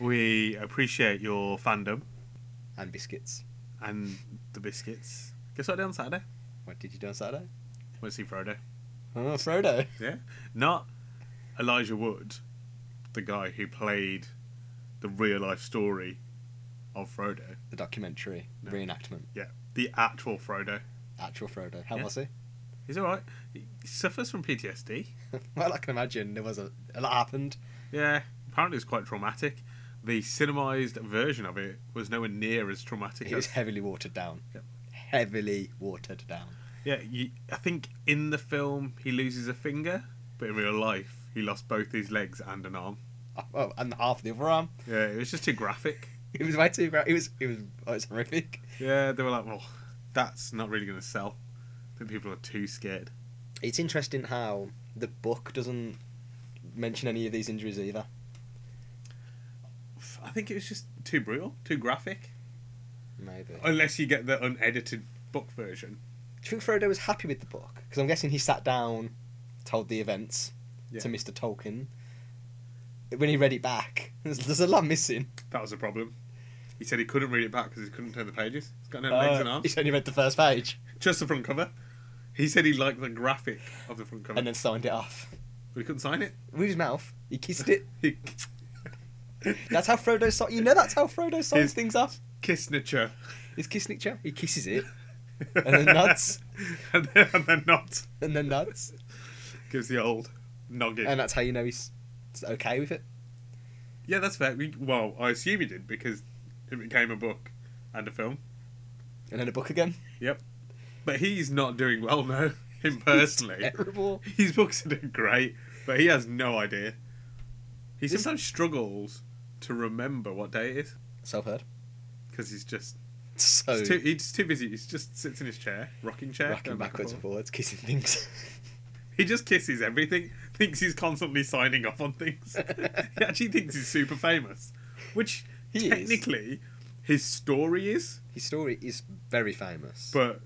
we appreciate your fandom And biscuits. and the biscuits. Guess what I did on Saturday? What did you do on Saturday? Went to see Frodo. Oh, Uh, Frodo. Yeah. Not Elijah Wood, the guy who played the real life story of Frodo. The documentary No. reenactment. Yeah. The actual Frodo. Actual Frodo. How Yeah. was he? He's alright. He suffers from PTSD. well, I can imagine there was a, a lot happened. Yeah. Apparently it's quite traumatic. The cinemised version of it was nowhere near as traumatic It was as heavily watered down. Yep. Heavily watered down. Yeah, you, I think in the film he loses a finger, but in real life he lost both his legs and an arm. Oh, Oh, and half the other arm. Yeah, it was just too graphic. It was way too great. It was. It was. Oh, it's horrific. Yeah, they were like, well, that's not really going to sell. I think people are too scared. It's interesting how the book doesn't mention any of these injuries either. I think it was just too brutal, too graphic. Maybe. Unless you get the unedited book version. Do you think Frodo was happy with the book? Because I'm guessing he sat down, told the events Yeah. to Mr. Tolkien. When he read it back, there's, there's a lot missing. That was a problem. He said he couldn't read it back because he couldn't turn the pages. He's got no legs and Uh, arms. He's only read the first page Just the front cover. He said he liked the graphic of the front cover, and then signed it off. but he couldn't sign it. With his mouth, he kissed it. He That's how Frodo signs. You know, that's how Frodo signs His- things off. kissed nature. His kiss nature. He kisses it And then nods. and, then, and then nods. and then nods, Gives the old noggin. and that's how you know he's he's okay with it. yeah, that's fair. We, well, I assume he did because it became a book and a film. And then a book again. But he's not doing well now, him personally. Terrible. His books are doing great, but he has no idea. He This- sometimes struggles to remember what day it is So I've heard. because he's just So he's too, he's too busy. He just sits in his chair, rocking chair, Oh. rocking going back and backwards and forth. forwards, kissing things. He just kisses everything. Thinks he's constantly signing off on things. he actually thinks he's super famous, which He is. technically his story is, His story is very famous. but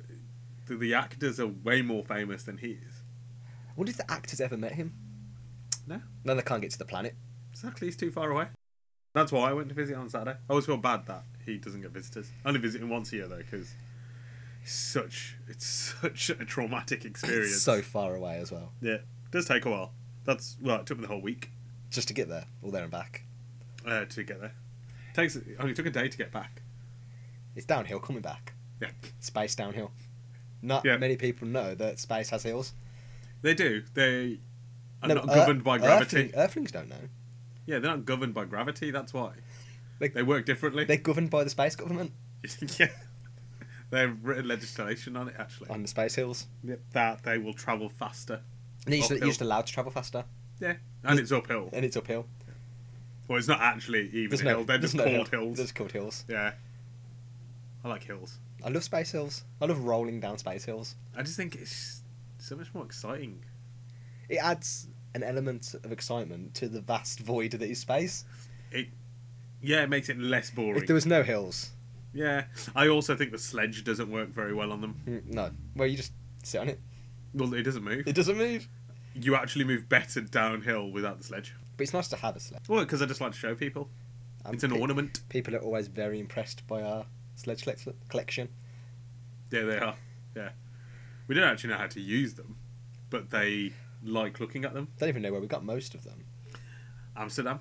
the, the actors are way more famous than he is. I wonder if the actors ever met him. No. No, they can't get to the planet. Exactly, he's too far away. That's why I went to visit on Saturday. I always feel bad that he doesn't get visitors. I only visit him once a year though, because such it's such a traumatic experience. It's so far away as well. yeah, does take a while. That's well, it took me the whole week Just to get there, all there and back. uh, to get there. Takes oh, it only took a day to get back. It's downhill coming back. Yeah, Space downhill. Not Yeah. many people know that space has hills. they do. They are No, uh, not Ear- governed by gravity. Earthling- Earthlings don't know. Yeah, they're not governed by gravity. That's why They- they work differently. They're governed by the space government yeah, they've written legislation on it actually. on the space hills. Yep. That they will travel faster. And they're just, Uphill. you're just allowed to travel faster, Yeah, and it's uphill. and it's uphill. Well, it's not actually even There's a no, hill. They're there's just no called hill. hills. They're just called hills. Yeah, I like hills. I love space hills. I love rolling down space hills. I just think it's so much more exciting. It adds an element of excitement to the vast void that is space. Yeah, it makes it less boring. If there was no hills, Yeah, I also think the sledge doesn't work very well on them. mm, no. Well, you just sit on it. Well, it doesn't move. It doesn't move. You actually move better downhill without the sledge. But it's nice to have a sled. Well, because I just like to show people. And it's an pe- ornament. People are always very impressed by our sledge collec- collection. Yeah, they are. Yeah, we don't actually know how to use them, but they like looking at them. Don't even know where we got most of them. Amsterdam.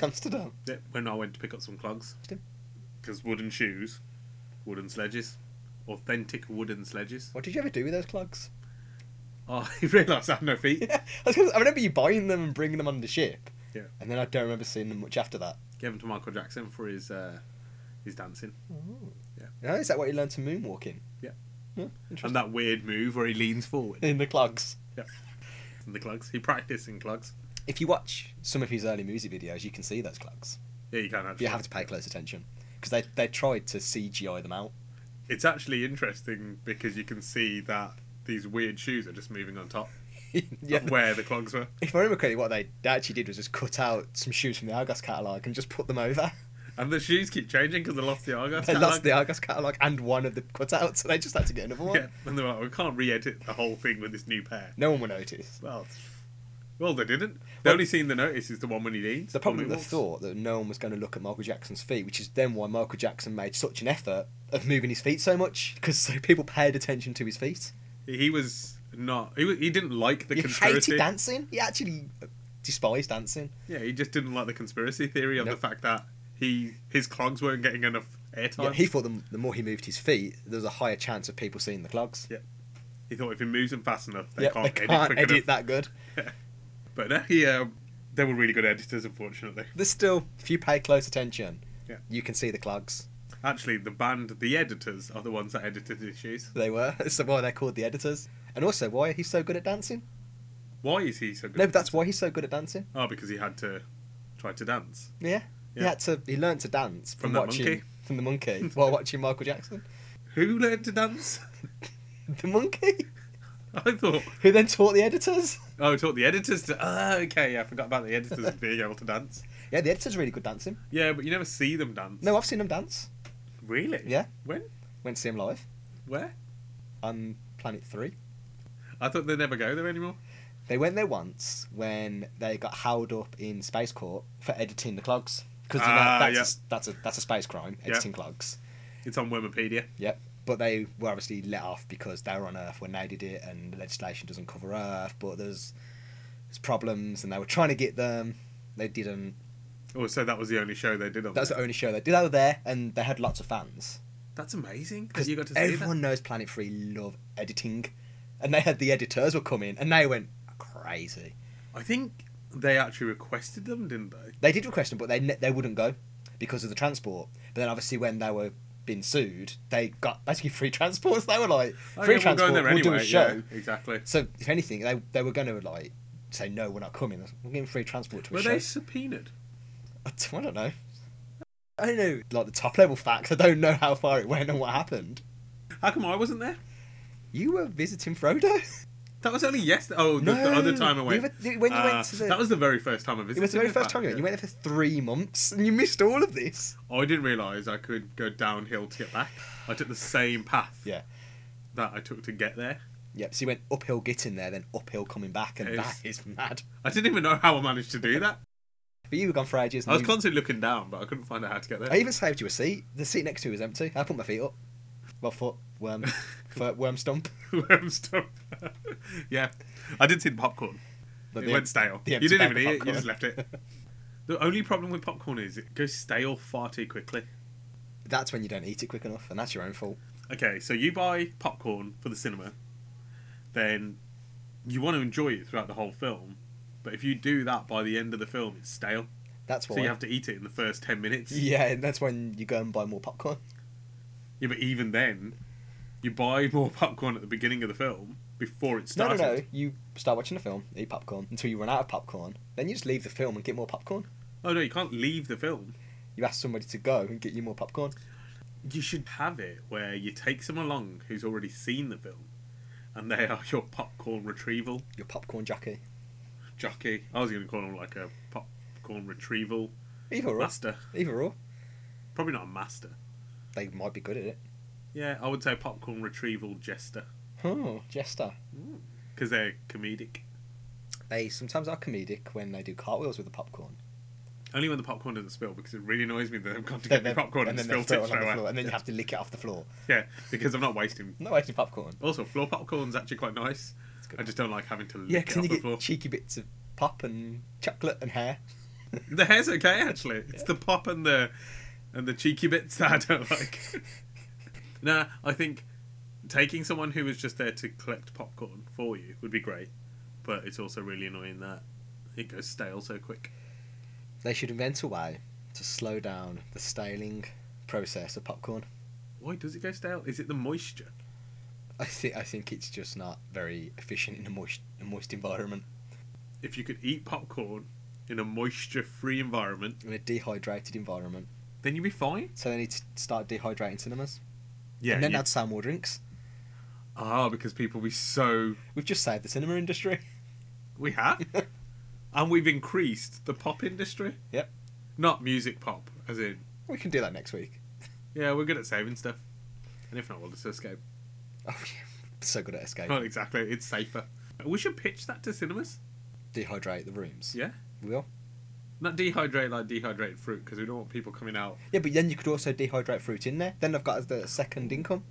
Amsterdam. Yeah, when I went to pick up some clogs. Did- Because wooden shoes, wooden sledges, authentic wooden sledges. What did you ever do with those clogs? Oh, I realised I had no feet. Yeah, I, was gonna, I remember you buying them and bringing them on the ship. Yeah. And then I don't remember seeing them much after that. Gave them to Michael Jackson for his uh, his dancing. Oh, is that what you learned to moonwalk in? Yeah. Huh, And interesting. that weird move where he leans forward in the clogs. in the clogs. He practiced in clogs. If you watch some of his early music videos, you can see those clogs. Yeah, you can actually. You have to pay close attention because they they tried to CGI them out. It's actually interesting because you can see that these weird shoes are just moving on top yeah. of where the clogs were. If I remember correctly, what they they actually did was just cut out some shoes from the Argos catalogue and just put them over. And the shoes keep changing because they lost the Argos. They catalogue. lost the Argos catalogue and one of the cutouts, so they just had to get another one. Yeah, and they're like, we can't re-edit the whole thing with this new pair. No one will notice. Well, well, they didn't. The Well- only scene they notice is the one when he leans. The problem when he with the walks. thought that no one was going to look at Michael Jackson's feet, which is then why Michael Jackson made such an effort of moving his feet so much because so people paid attention to his feet. He was not. He, wa- he didn't like the he conspiracy. hated dancing. He actually uh, despised dancing. Yeah, he just didn't like the conspiracy theory of No. the fact that he his clogs weren't getting enough airtime. Yeah, he, he thought the, the more he moved his feet, there was a higher chance of people seeing the clogs. thought if he moves them fast enough, they Yeah, can't they edit can't quick edit enough. that good. But no, he, uh, they were really good editors, unfortunately. There's still, if you pay close attention, Yeah. you can see the clogs. Actually, the band, the editors, are the ones that edited his shoes. They were. So why they're called the editors. And also why he's so good at dancing. Why is he so good? No, but that's why he's so good at dancing. Oh, because he had to try to dance. Yeah. He Yeah. had to he learned to dance from, From that watching monkey? from the monkey while watching Michael Jackson. Who learned to dance? The monkey? I thought. Who then taught the editors? Oh, taught the editors to. Oh, okay, yeah, I forgot about the editors being able to dance. Yeah, the editors are really good dancing. Yeah, but you never see them dance. No, I've seen them dance. Really? Yeah. When? Went to see them live Where? on Planet Three. I thought they never go there anymore. They went there once when they got held up in Space Court for editing the clogs. Because you know, Ah, that's, yeah. a s that's a that's a space crime, Yeah. editing clogs. It's on Wormapedia. Yep. But they were obviously let off because they were on Earth when they did it, and the legislation doesn't cover Earth. But there's, there's problems, and they were trying to get them. They didn't. Oh, so that was the only show they did on. That was there. the only show they did. They were there, and they had lots of fans That's amazing. Because because you got to see everyone knows Planet Three love editing, and they had the editors were coming, and they went crazy. that. I think they actually requested them, didn't they? They did request them, but they ne- they wouldn't go because of the transport. But then obviously when they were being sued, they got basically free transports. They were like Oh, free yeah, we'll go transport. in We'll, there anyway. do a show. Yeah, exactly. So if anything, they they were going to like say no, we're not coming. We're giving free transport to a Were show. they subpoenaed? I d- I don't know. I don't know like the top level facts. I don't know how far it went and what happened. How come I wasn't there? You were visiting Frodo. That was only yesterday. Oh, the, the No, other time I you went. were- when you Uh, went to the- That was the very first time I It visited. was the very in first fact, time you went. You yeah. went there for three months and you missed all of this. I didn't realise I could go downhill to get back. I took the same path Yeah. that I took to get there. Yep. So you went uphill getting there, then uphill coming back, and It that is mad. I didn't even know how I managed to do that. But you were gone for ages. I And was you- constantly looking down, but I couldn't find out how to get there. I even saved you a seat. The seat next to you was empty. I put my feet up. Well, foot worm, foot, worm stump. Worm stuff. yeah, I did see the popcorn. But it the- went stale. the You empty didn't even bag eat it. of You just left it. The only problem with popcorn is it goes stale far too quickly. That's when you don't eat it quick enough, and that's your own fault. Okay, so you buy popcorn for the cinema, then you want to enjoy it throughout the whole film. But if you do that by the end of the film, it's stale. That's why. So you have to eat it in the first ten minutes. Yeah, and that's when you go and buy more popcorn. Yeah, but even then, you buy more popcorn at the beginning of the film before it No, no, started. no. You start watching the film, eat popcorn until you run out of popcorn. Then you just leave the film and get more popcorn. Oh no, you can't leave the film. You ask somebody to go and get you more popcorn. You should have it where you take someone along who's already seen the film, and they are your popcorn retrieval Your popcorn jockey. jockey. I was going to call him like a popcorn retrieval Either or. master. Either or. Probably not a master. They might be good at it. Yeah, I would say popcorn retrieval jester Oh, Jester. because they're comedic. They sometimes are comedic when they do cartwheels with the popcorn. Only when the popcorn doesn't spill because it really annoys me that I've gone to Then get the they- popcorn and, then spill they it throw straight it on the floor, away. and then you have to lick it off the floor. Yeah, because I'm not wasting. I'm not wasting popcorn. Also, floor popcorn's actually quite nice. It's good. I just don't like having to lick yeah, it because off you the get floor. cheeky bits of pop and chocolate and hair. The hair's okay actually. It's the pop and the and the cheeky bits that I don't like. nah, I think taking someone who was just there to collect popcorn for you would be great, but it's also really annoying that it goes stale so quick. They should invent a way to slow down the staling process of popcorn. Why does it go stale? Is it the moisture? I think I think it's just not very efficient in a moist a moist environment. If you could eat popcorn in a moisture free environment, in a dehydrated environment. then you'd be fine. So they need to start dehydrating cinemas. Yeah. and then you- they'd sell more drinks. Ah, because people be so. We've just saved the cinema industry. We have. and we've increased the pop industry. Yep. Not music pop, as in, We can do that next week. yeah, we're good at saving stuff. And if not, we'll just escape. Oh, yeah. So good at escape. Not exactly, it's safer. We should pitch that to cinemas. Dehydrate the rooms. Yeah. We will. Not dehydrate like dehydrated fruit, because we don't want people coming out. Yeah, but then you could also dehydrate fruit in there. Then I've got as the second income.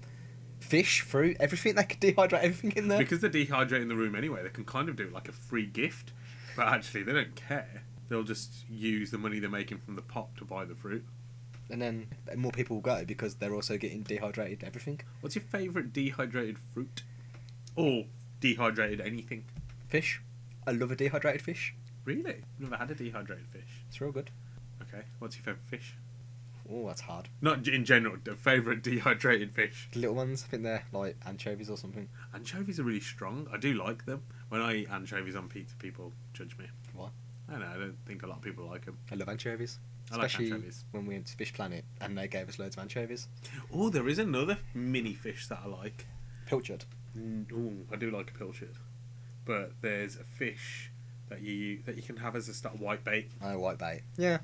Fish, fruit, everything. They could dehydrate everything in there. Because they're dehydrating the room anyway, they can kind of do it like a free gift. But actually, they don't care. They'll just use the money they're making from the pot to buy the fruit. And then more people will go because they're also getting dehydrated everything. What's your favourite dehydrated fruit? Or dehydrated anything? Fish. I love a dehydrated fish. Really? Never had a dehydrated fish. It's real good. Okay. What's your favourite fish? Oh, that's hard. Not in general, the favourite dehydrated fish. The little ones, I think they're like anchovies or something. Anchovies are really strong. I do like them. When I eat anchovies on pizza, people judge me. Why? I don't know. I don't think a lot of people like them. I love anchovies. I like Especially anchovies. when we went to Fish Planet and they gave us loads of anchovies. Oh, there is another mini fish that I like. Mm, Pilchard. Ooh, I do like a pilchard, but there's a fish that you that you can have as a start white bait. Oh, white bait. Yeah.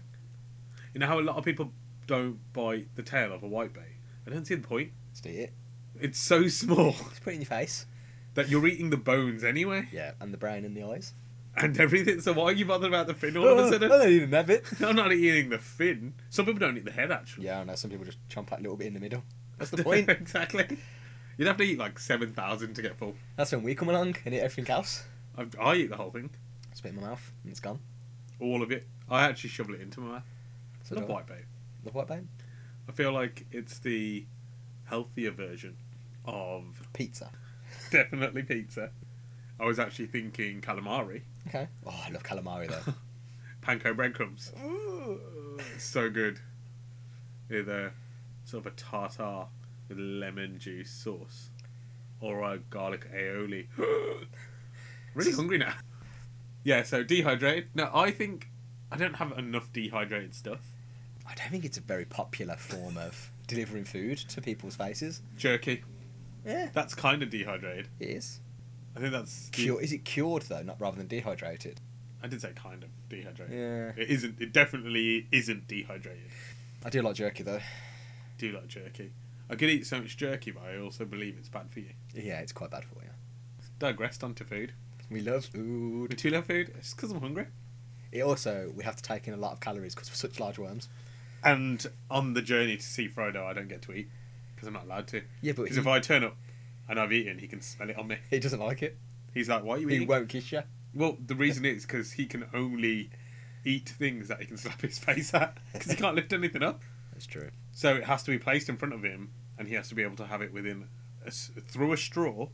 You know how a lot of people don't bite the tail of a white bait. I don't see the point. Just eat it. It's so small Just put it in your face. that you're eating the bones anyway Yeah. And the brain and the eyes. Oh, and everything. So why are you bothered about the fin all of a I sudden? don't even have it. I'm not eating the fin. Some people don't eat the head actually. Yeah, I know. Some people just chomp that little bit in the middle. That's the point. exactly. You'd have to eat like seven thousand to get full. That's when we come along and eat everything else. I, I eat the whole thing, Spit in my mouth and it's gone. all all of it. I actually shovel it into my mouth. So I love do I. white bait. Love white bait. I feel like it's the healthier version of Pizza. definitely pizza. I was actually thinking calamari, Okay. Oh, I love calamari though. panko breadcrumbs. So good. With a sort of a tartar with lemon juice sauce or a garlic aioli. really hungry now. Yeah, so dehydrated. No, I think I don't have enough dehydrated stuff. I don't think it's a very popular form of delivering food to people's faces. Jerky, Yeah, that's kind of dehydrated. it is. I think that's. the- Cure, is it cured though, not rather than dehydrated? I did say kind of dehydrated. Yeah. It isn't. It definitely isn't dehydrated. I do like jerky though. I do like jerky. I could eat so much jerky, but I also believe it's bad for you. Yeah, it's quite bad for you. Digressed onto food. We love Would food. you love food? It's because I'm hungry. It also, we have to take in a lot of calories because we're such large worms. And on the journey to see Frodo, I don't get to eat because I'm not allowed to. Yeah, but Because he, if I turn up and I've eaten, he can smell it on me. he doesn't like it. He's like, "Why are you He eating?" won't kiss you. Well, the reason is because he can only eat things that he can slap his face at because he can't lift anything up. That's true. So it has to be placed in front of him, and he has to be able to have it within a s through a straw,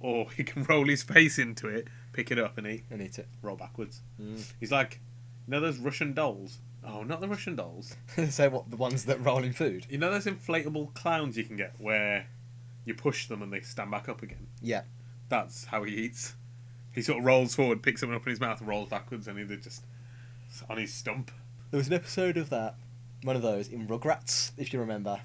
or he can roll his face into it, pick it up, and eat. And eat it. Roll backwards. Mm. He's like, you know those Russian dolls. Oh, not the Russian dolls. so what? The ones that roll in food. You know those inflatable clowns you can get where you push them and they stand back up again. Yeah. That's how he eats. He sort of rolls forward, picks them up in his mouth, rolls backwards, and either just on his stump. There was an episode of that, one of those in Rugrats, if you remember.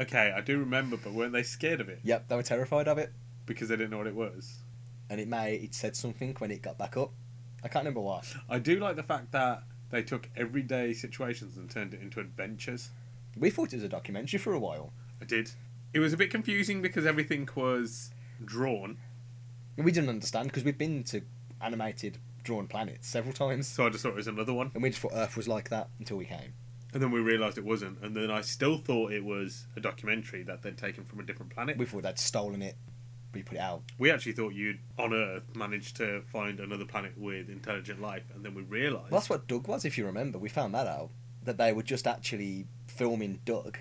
Okay, I do remember, but weren't they scared of it Yep, they were terrified of it, because they didn't know what it was? and it may it said something when it got back up. I can't remember what. I do like the fact that they took everyday situations and turned it into adventures. We thought it was a documentary for a while. I did. It was a bit confusing because everything was drawn, And we didn't understand because we've been to animated drawn planets several times, so I just thought it was another one. and we just thought Earth was like that until we came. And then we realised it wasn't, and then I still thought it was a documentary that they'd taken from a different planet. We thought they'd stolen it. We put it out. We actually thought you'd, on Earth, managed to find another planet with intelligent life, and then we realised. Well, that's what Doug was, if you remember. We found that out that they were just actually filming Doug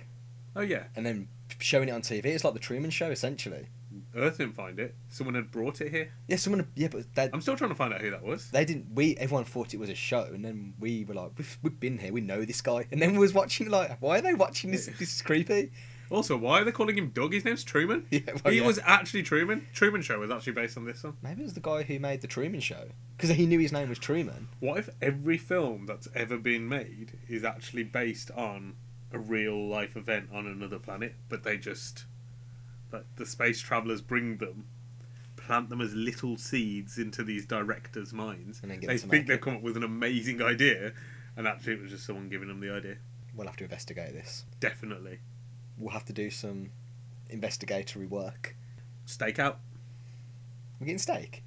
oh, yeah, and then showing it on TV. It's like the Truman Show, essentially. Earth didn't find it. Someone had brought it here. Yeah, someone. Yeah, but they, I'm still trying to find out who that was. they didn't. We everyone thought it was a show, and then we were like, we've, we've been here. We know this guy, and then we was watching like, why are they watching this? This is creepy. Also, why are they calling him Doug? His name's Truman. Yeah, well, he Oh, yeah. was actually Truman. Truman Show was actually based on this one. Maybe it was the guy who made the Truman Show because he knew his name was Truman. What if every film that's ever been made is actually based on a real life event on another planet, but they just like the space travelers bring them, plant them as little seeds into these directors' minds. And then get they them to think make they've it. come up with an amazing idea, and actually it was just someone giving them the idea. We'll have to investigate this. Definitely We'll have to do some investigatory work. stakeout. We're getting steak.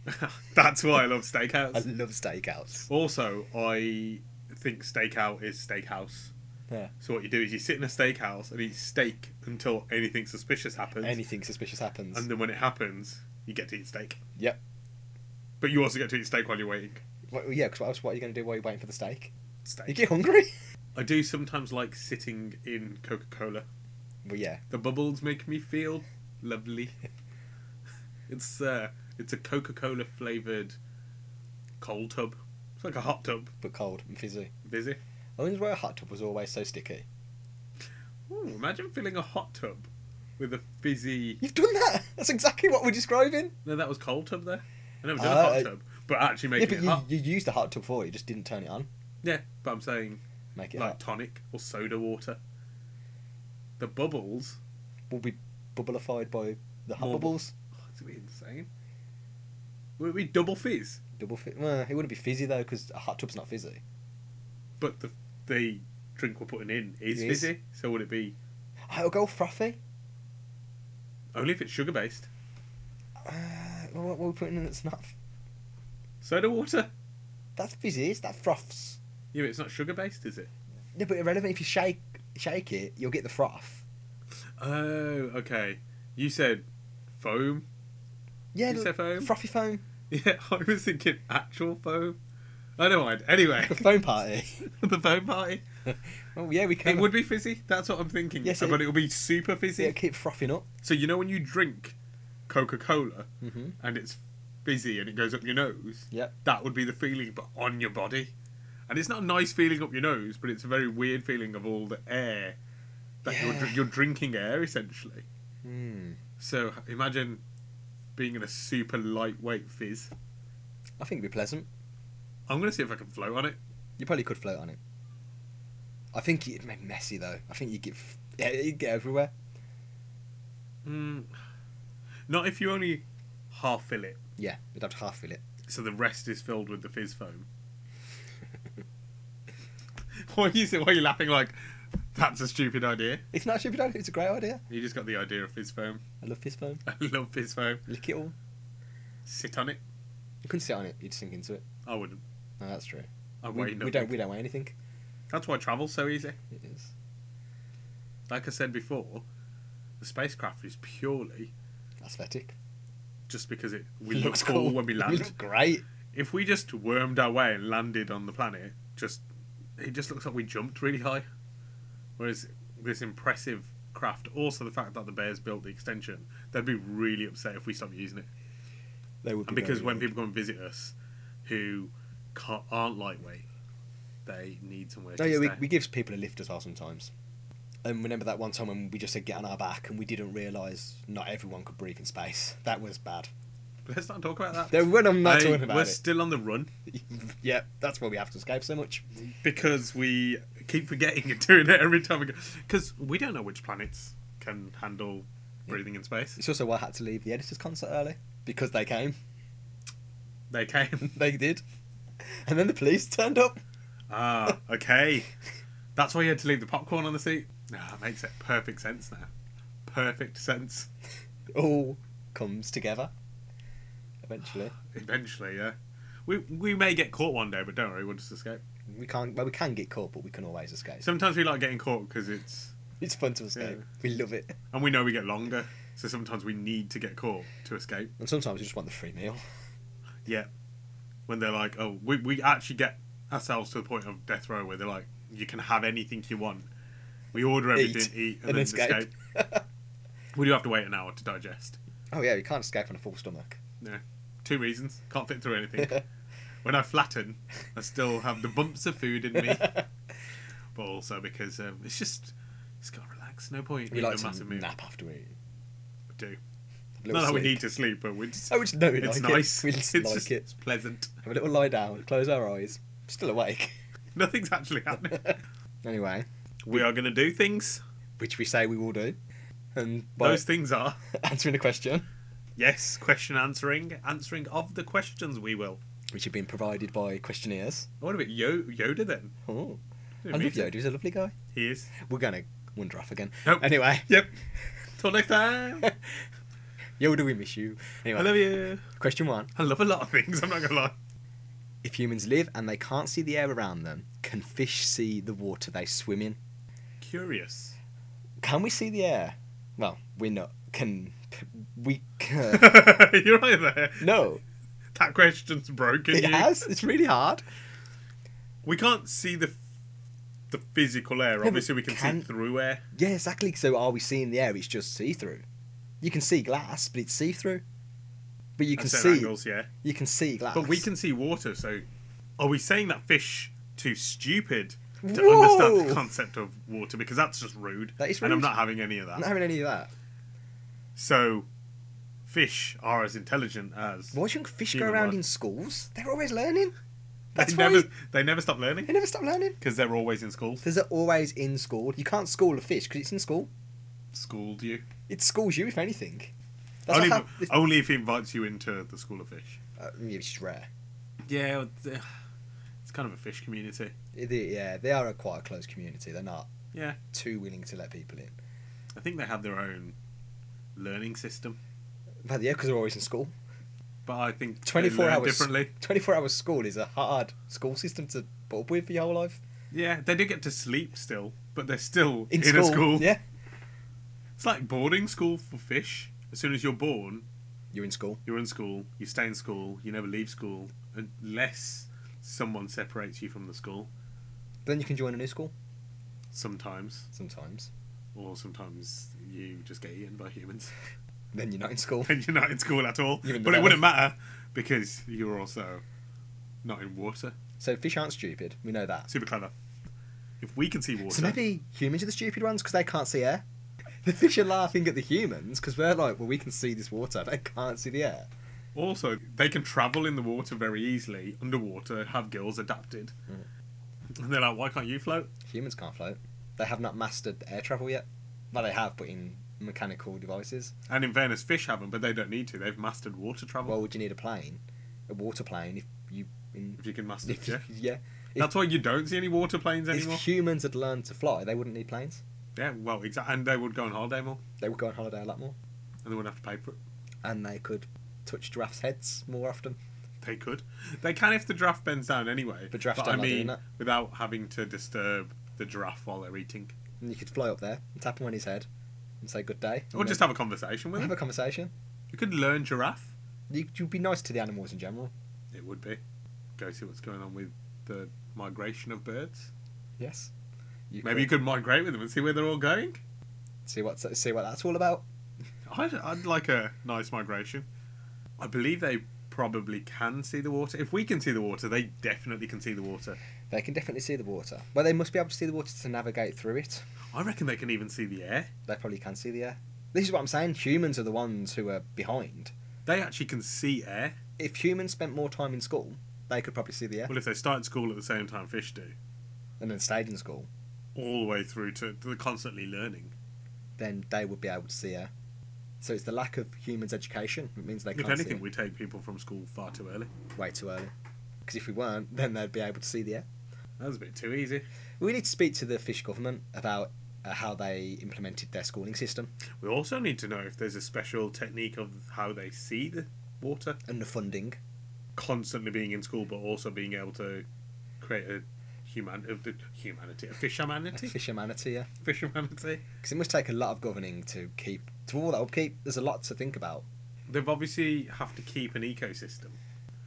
that's why I love I steakouts. love steakouts. Also, I think stakeout is steakhouse. Yeah. So what you do is you sit in a steakhouse and eat steak until anything suspicious happens, Anything suspicious happens. and then when it happens, you get to eat steak. Yep. But you also get to eat steak while you're waiting. What, yeah, because what else? What are you going to do while you're waiting for the steak? You Steak. get hungry. I do sometimes like sitting in Coca Cola. Well, yeah. The bubbles make me feel lovely. it's uh, it's a Coca Cola flavored cold tub. It's like a hot tub. but cold and fizzy. Busy. I wonder why a hot tub was always so sticky. Ooh, imagine filling a hot tub with a fizzy. You've done that. That's exactly what we're describing. No, that was cold tub there. I never done Ah, a hot I- tub, but actually making it yeah, hot. but you, you used the hot tub for it. You just didn't turn it on. Yeah, but I'm saying Make it like hot. tonic or soda water. The bubbles. We'll be bubbleified by the hot More bu- bubbles. Oh, it's gonna be insane. Would it be double fizz? Double fi- well, it wouldn't be fizzy though, because a hot tub's not fizzy. But the the drink we're putting in is It is. fizzy. So would it be Oh, it'll go frothy. only if it's sugar based? Uh, what, what are we putting in that's not? Soda water? That's fizzy. It's that froths. Yeah, but it's not sugar based, is it? No, but irrelevant. If you shake shake it, you'll get the froth. Oh, okay. You said foam. Yeah, You the- say foam? frothy foam. Yeah, I was thinking actual foam. Oh, never mind. Anyway, The foam party. the foam party. Oh yeah, we It can. would be fizzy. That's what I'm thinking. Yes, it- but it would be super fizzy. It'll keep frothing up. So you know when you drink Coca Cola Mhm. and it's fizzy and it goes up your nose, Yep. that would be the feeling, but on your body. And it's not a nice feeling up your nose, but it's a very weird feeling of all the air that you're, dr- Yeah. you're drinking air essentially. Hmm. So imagine being in a super lightweight fizz. I think it'd be pleasant. I'm gonna see if I can float on it. You probably could float on it. I think it'd make messy though. I think you get f- yeah, it'd get everywhere. Mm. Not if you only half fill it, Yeah, you'd have to half fill it. so the rest is filled with the fizz foam. why are you why are you laughing like that's a stupid idea? It's not a stupid idea. It's a great idea. You just got the idea of fizz foam. I love fist foam. I love fizz foam. Lick it all. Sit on it. You couldn't sit on it. You'd sink into it. I wouldn't. No, that's true. I We, weigh we nothing. don't. We don't weigh anything. That's why travel's so easy. It is. Like I said before, the spacecraft is purely Aesthetic. just because it we look cool when we We land. look great. If we just wormed our way and landed on the planet, just it just looks like we jumped really high. Whereas this impressive craft, also the fact that the bears built the extension, they'd be really upset if we stopped using it. They would. And be because very when good. people come and visit us, who can't, aren't lightweight, they need somewhere. Oh to yeah, we, stay. we give people a lift as well sometimes. And remember that one time when we just said get on our back and we didn't realise not everyone could breathe in space. That was bad. Let's not talk about that. Then when I'm not Hey, talking about we're it. still on the run yeah, that's why we have to escape so much. because we keep forgetting and doing it every time we go. Because we don't know which planets can handle breathing in space. It's also why I had to leave the editors' concert early because they came. They came. They did, and then the police turned up. Ah, okay. That's why you had to leave the popcorn on the seat. Ah, makes it perfect sense now. Perfect sense. It all comes together eventually. Eventually, yeah. We we may get caught one day, but don't worry, we'll just escape. We can't. Well, we can get caught, but we can always escape. Sometimes we like getting caught because it's It's fun to escape. Yeah. We love it. and we know we get longer, so sometimes we need to get caught to escape. And sometimes we just want the free meal. Yeah. When they're like, oh, we, we actually get ourselves to the point of death row where they're like, you can have anything you want. We order Eat. everything, eat, and, then escape. We do have to wait an hour to digest. oh yeah, you can't escape on a full stomach. Two reasons. Can't fit through anything. when I flatten, I still have the bumps of food in me, but also because um, it's just, it's got to relax. relax. No point We eating a like to massive meal. nap after we eat. We do. A Not little that we sleep. need to sleep, but we just, Oh, we just know we it's like nice. it. We just it's like just- it. It's pleasant. Have a little lie down, close our eyes. Still awake. Nothing's actually happening. Anyway, we are going to do things. which we say we will do. And by Those things are answering the question, yes, question answering, answering of the questions. We will. which have been provided by questionnaires. Oh, What about Yo- Yoda then? Oh, I Didn't love mean to. Yoda. He's a lovely guy. He is. We're gonna wander off again. Nope. Anyway, Yep. Till next time. Yoda, we miss you. I Anyway, love you. question one: I love a lot of things. I'm not gonna lie. If humans live and they can't see the air around them, can fish see the water they swim in? Curious. Can we see the air? Well, we're not. Can we? Can, You're right there. no, That question's broken. it you. has. It's really hard. We can't see the the physical air. but Obviously, we can, can- see through air. Yeah, exactly. So are we seeing the air? It's just see through. You can see glass, but it's see through. But you at can see certain angles, yeah. you can see glass. But we can see water. So, are we saying that fish too stupid to Whoa! understand the concept of water? Because that's just rude. That is And I'm rude. not having any of that. I'm not having any of that. So, fish are as intelligent as Why shouldn't fish go Human around life. in schools? They're always learning. they That's why never they never stop learning they never stop learning. because they're always in school. Because they're always in school. You can't school a fish because it's in school. Schooled you It schools you if anything. That's only, not how, it's, only if he invites you into the school of fish. uh, yeah, it's rare. Yeah, it's kind of a fish community. It- it- yeah, they are a quite a closed community. They're not Yeah. too willing to let people in. I think they have their own learning system, But yeah, because they're always in school. but I think they 24 learn hours. differently. 24 hour school is a hard school system to put up with for your whole life. Yeah, they do get to sleep still, but they're still in, In, school, a school. Yeah. It's like boarding school for fish. As soon as you're born, You're in school. you're in school, you stay in school, you never leave school unless someone separates you from the school. Then you can join a new school Sometimes, sometimes. or sometimes you just get eaten by humans Then you're not in school. and you're not in school at all. Even but it better. wouldn't matter because you're also not in water. So fish aren't stupid. We know that. Super clever. If we can see water, So maybe humans are the stupid ones because they can't see air. The fish are laughing at the humans because they're like, well, we can see this water. They can't see the air. Also, they can travel in the water very easily, underwater, have gills adapted. Mm. And they're like, why can't you float? Humans can't float. They have not mastered air travel yet. Well, they have, but in mechanical devices. And in fairness, fish haven't, but they don't need to. They've mastered water travel. Why would you need a plane, a water plane, if you in if you can master it, if, yeah. yeah. if- That's why you don't see any water planes anymore. If humans had learned to fly, they wouldn't need planes. Yeah, well, exactly. And they would go on holiday more, They would go on holiday a lot more, and they wouldn't have to pay for it. and they could touch giraffes' heads more often. They could. They can if the giraffe bends down anyway. But giraffes I don't like doing mean, that. without having to disturb the giraffe while they're eating, And you could fly up there and tap him on his head and say good day. or and just then have a conversation with have them. a conversation. You could learn giraffe. You, you'd be nice to the animals in general. It would be. Go see what's going on with the migration of birds. Yes. You Maybe you could migrate with them and see where they're all going. see what see what that's all about. I'd, I'd like a nice migration. I believe they probably can see the water. If we can see the water, they definitely can see the water. They can definitely see the water. Well, they must be able to see the water to navigate through it. I reckon they can even see the air. They probably can see the air. This is what I'm saying. Humans are the ones who are behind. They actually can see air. If humans spent more time in school, they could probably see the air Well, if they start school at the same time fish do, and then stayed in school. all the way through to to constantly learning. then they would be able to see her. So it's the lack of humans' education that means they if can't anything, see we take people from school far too early. her way too early. Because if we weren't, then they'd be able to see the air. That was a bit too easy. We need to speak to the fish government about uh, how they implemented their schooling system We also need to know if there's a special technique of how they see the water. and the funding. constantly being in school, but also being able to create a human of the humanity, a fish humanity, Fish humanity, yeah. fish humanity. Because it must take a lot of governing to keep to all that upkeep. There's a lot to think about. They've obviously have to keep an ecosystem,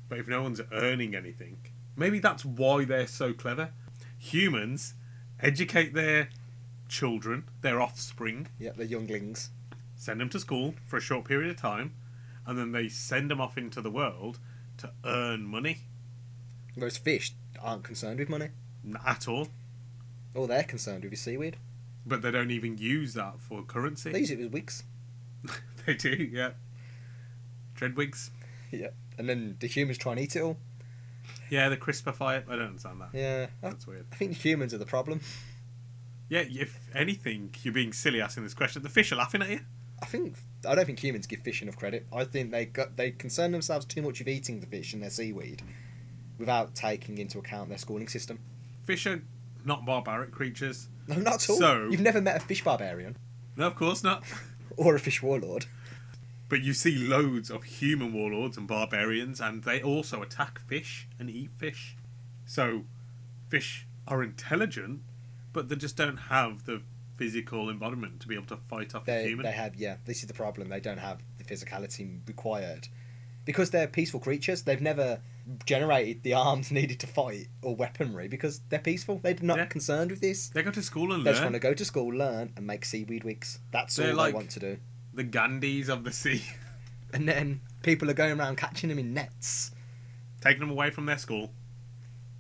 but if no one's earning anything, maybe that's why they're so clever. Humans educate their children, their offspring, Yeah, the younglings. send them to school for a short period of time, and then they send them off into the world to earn money. Whereas fish aren't concerned with money. N- At all? All they're concerned with is seaweed. But they don't even use that for currency. They use it with wigs. They do, yeah. Dreadwigs. Yeah. And then the humans try and eat it all. Yeah, the crispify it. I don't understand that. Yeah. I, That's weird. I think humans are the problem. Yeah, if anything, you're being silly asking this question. The fish are laughing at you. I think I don't think humans give fish enough credit. I think they got, they concern themselves too much with eating the fish and their seaweed, without taking into account their schooling system. Fish are not barbaric creatures. No, not at all. So- You've never met a fish barbarian No, of course not. or a fish warlord. But you see loads of human warlords and barbarians, and they also attack fish and eat fish. So, fish are intelligent, but they just don't have the physical embodiment to be able to fight off a They human. they have yeah. This is the problem. They don't have the physicality required, because they're peaceful creatures. They've never generated the arms needed to fight or weaponry because they're peaceful. They're not Yeah. concerned with this. They go to school and They just want learn. to go to school, learn, and make seaweed wigs. That's They're all like- they want to do. The Gandhis of the sea, And then people are going around catching them in nets. taking them away from their school,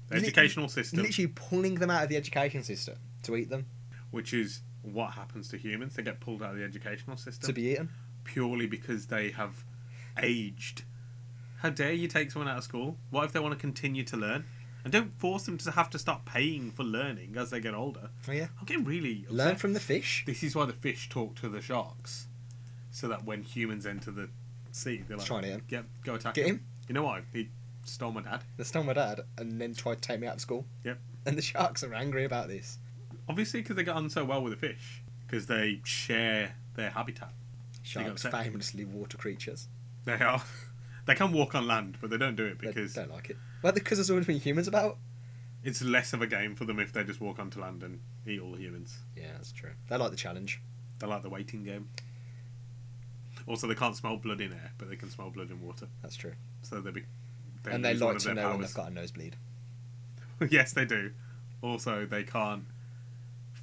the Literally- educational system, literally pulling them out of the education system to eat them, which is what happens to humans. They get pulled out of the educational system to be eaten. purely because they have aged. How dare you take someone out of school? What if they want to continue to learn? And don't force them to have to start paying for learning as they get older. Oh, yeah. I'm getting really upset. Learn from the fish. This is why the fish talk to the sharks, so that when humans enter the sea, they're Let's like, try and eat him. "Get, go attack Get him." him. You know why? He stole my dad. They stole my dad and then tried to take me out of school. Yep. And the sharks are angry about this. Obviously, because they get on so well with the fish, because they share their habitat. Sharks, upset. famously water creatures. They are. They can walk on land, but they don't do it They because don't like it. Well, because there's always been humans about. it's less of a game for them if they just walk onto land and eat all the humans. Yeah, that's true. They like the challenge. They like the waiting game. Also, they can't smell blood in air, but they can smell blood in water. That's true. So they be. They and they lose one like of to their know when powers. they've got a nosebleed. yes, they do. Also, they can't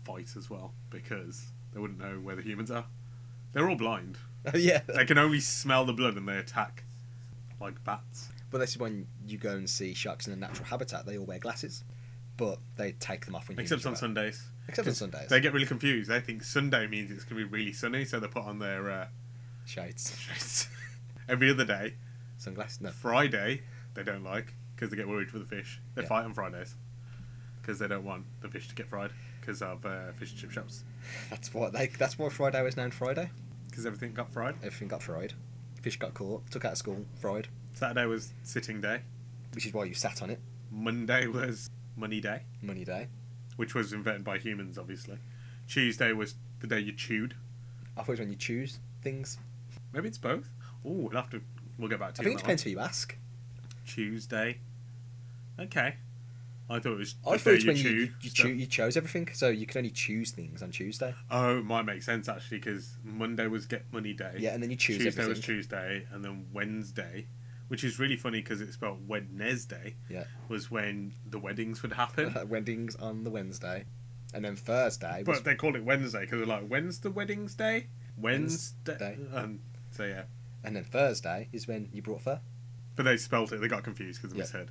fight as well because they wouldn't know where the humans are. They're all blind. Oh, yeah. They can only smell the blood and they attack like bats. But this is when you go and see sharks in their natural habitat. They all wear glasses, but they take them off when Except humans are on about. Sundays. Except on Sundays. They get really confused. They think Sunday means it's going to be really sunny, so they put on their uh, Shades. shades every other day. Sunglasses? No. Friday, they don't like because they get worried for the fish. They Yeah. fight on Fridays because they don't want the fish to get fried because of uh, fish and chip shops. That's what they. That's why Friday was known Friday. Because everything got fried. Everything got fried. Fish got caught, took out of school, fried, Saturday was sitting day. which is why you sat on it. Monday was money day, Money day. which was invented by humans, obviously. Tuesday was the day you chewed. I thought it was when you choose things. Maybe it's both. Oh, we'll have to. We'll get back to I you. think it on that depends who you ask. one. Tuesday. Okay. I thought it was the I thought day it's you when chewed. you, you, you, so- choo- you chose everything, so you can only choose things on Tuesday. Oh, it might make sense actually because Monday was Get Money Day. Yeah, and then you choose Tuesday everything. was Tuesday, and then Wednesday, which is really funny because it's spelled Wednesday. Yeah. Was when the weddings would happen, Weddings on the Wednesday, and then Thursday. Was, but they call it Wednesday because they're like, when's the weddings day? Wednesday. Wednesday. Um, so yeah, and then Thursday is when you brought fur. but they spelt it. They got confused because it Yeah. was misheard.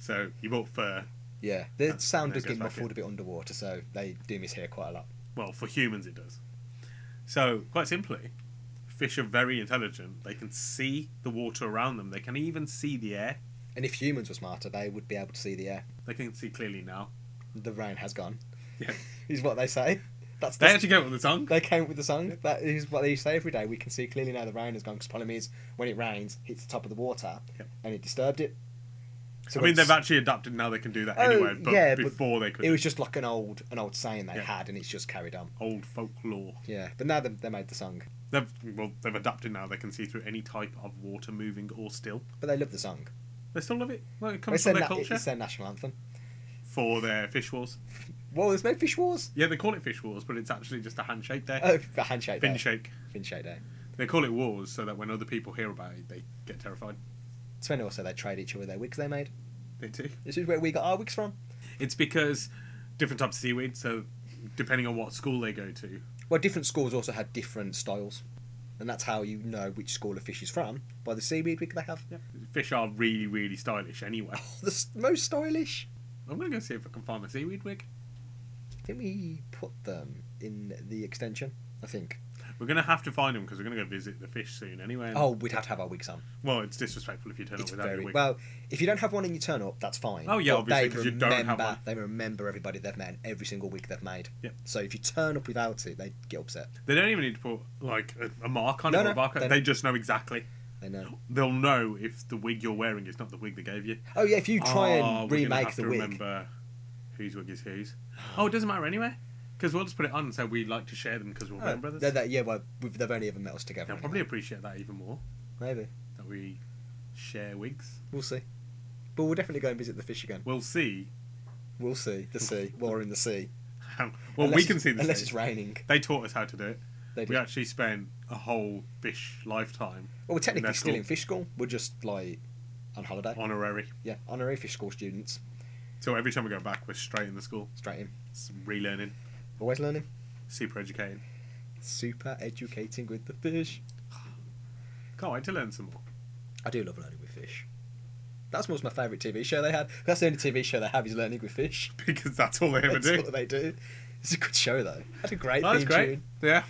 So you bought fur. Yeah, the And- and sound it does get goes back muffled a bit underwater, so they do mishear quite a lot. Well, for humans it does. So quite simply, fish are very intelligent. They can see the water around them. They can even see the air. And if humans were smarter, they would be able to see the air. They can see clearly now. The rain has gone. Yeah. is what they say. That's They the- actually go with the song. They came up with the song. That is what they say every day. We can see clearly now the rain has gone because problem is when it rains, hits the top of the water, Yep. and it disturbed it. So I mean, it's- they've actually adapted now. They can do that Oh, anyway. But yeah, but before they could, it was just like an old an old saying they Yeah. had, and it's just carried on. old folklore. Yeah, but now they, they made the song, They've well, they've adapted now. They can see through any type of water, moving or still. but they love the song. They still love it. Well, it comes It's from their, their na- culture it's their national anthem. for their fish wars. Well, there's no fish wars. Yeah, they call it fish wars, but it's actually just a handshake day, Oh, the handshake. fin day. shake. Fin shake day. They call it wars so that when other people hear about it, they get terrified. It's when also they trade each other their wigs they made. They do. This is where we got our wigs from. It's because different types of seaweed. So depending on what school they go to, Well, different schools also had different styles, and that's how you know which school of fish is from by the seaweed wig they have. yeah, fish are really really stylish. Anyway, The s- most stylish. I'm gonna go see if I can find a seaweed wig. Didn't we put them in the extension? I think. We're gonna have to find them because we're gonna go visit the fish soon anyway. Oh, we'd have to have our wigs on. Well, it's disrespectful if you turn It's up without your very wig. well. If you don't have one in your turn up, that's fine. Oh, yeah, But obviously, they 'cause you don't have remember- one. They remember everybody they've met and every single week they've made. Yep. So if you turn up without it, they get upset. they don't even need to put like a, a mark on No, it or no, a barcode. They, they- just know exactly. They know. They'll know if the wig you're wearing is not the wig they gave you. Oh yeah, if you try Oh, and we're gonna remake have the to wig. Remember whose wig is whose. Oh, it doesn't matter anyway. Because we'll just put it on and say we like to share them because we're Oh, wearing brothers. they're- they're- yeah, well, we've, they've only ever met us together. They'll anyway. probably appreciate that even more Maybe that we share wigs. we'll see. But we'll definitely go and visit the fish again. We'll see. We'll see the sea. Well, we're in the sea. How, well, Unless we can it's- see the unless sea. it's raining. They taught us how to do it. They We do. actually spent a whole fish lifetime well, we're in their technically still school. in fish school. We're just like on holiday. honorary. Yeah, honorary fish school students. So every time we go back, we're straight in the school. Straight in. It's relearning, Always learning. super educating. Super educating with the fish. Can't wait to learn some more. I do love learning with fish. That's most my favourite TV show they had. That's the only TV show they have is learning with fish. Because that's all they ever That's do. what they do. It's a good show though. Had a great Oh, that's theme great. tune. Yeah.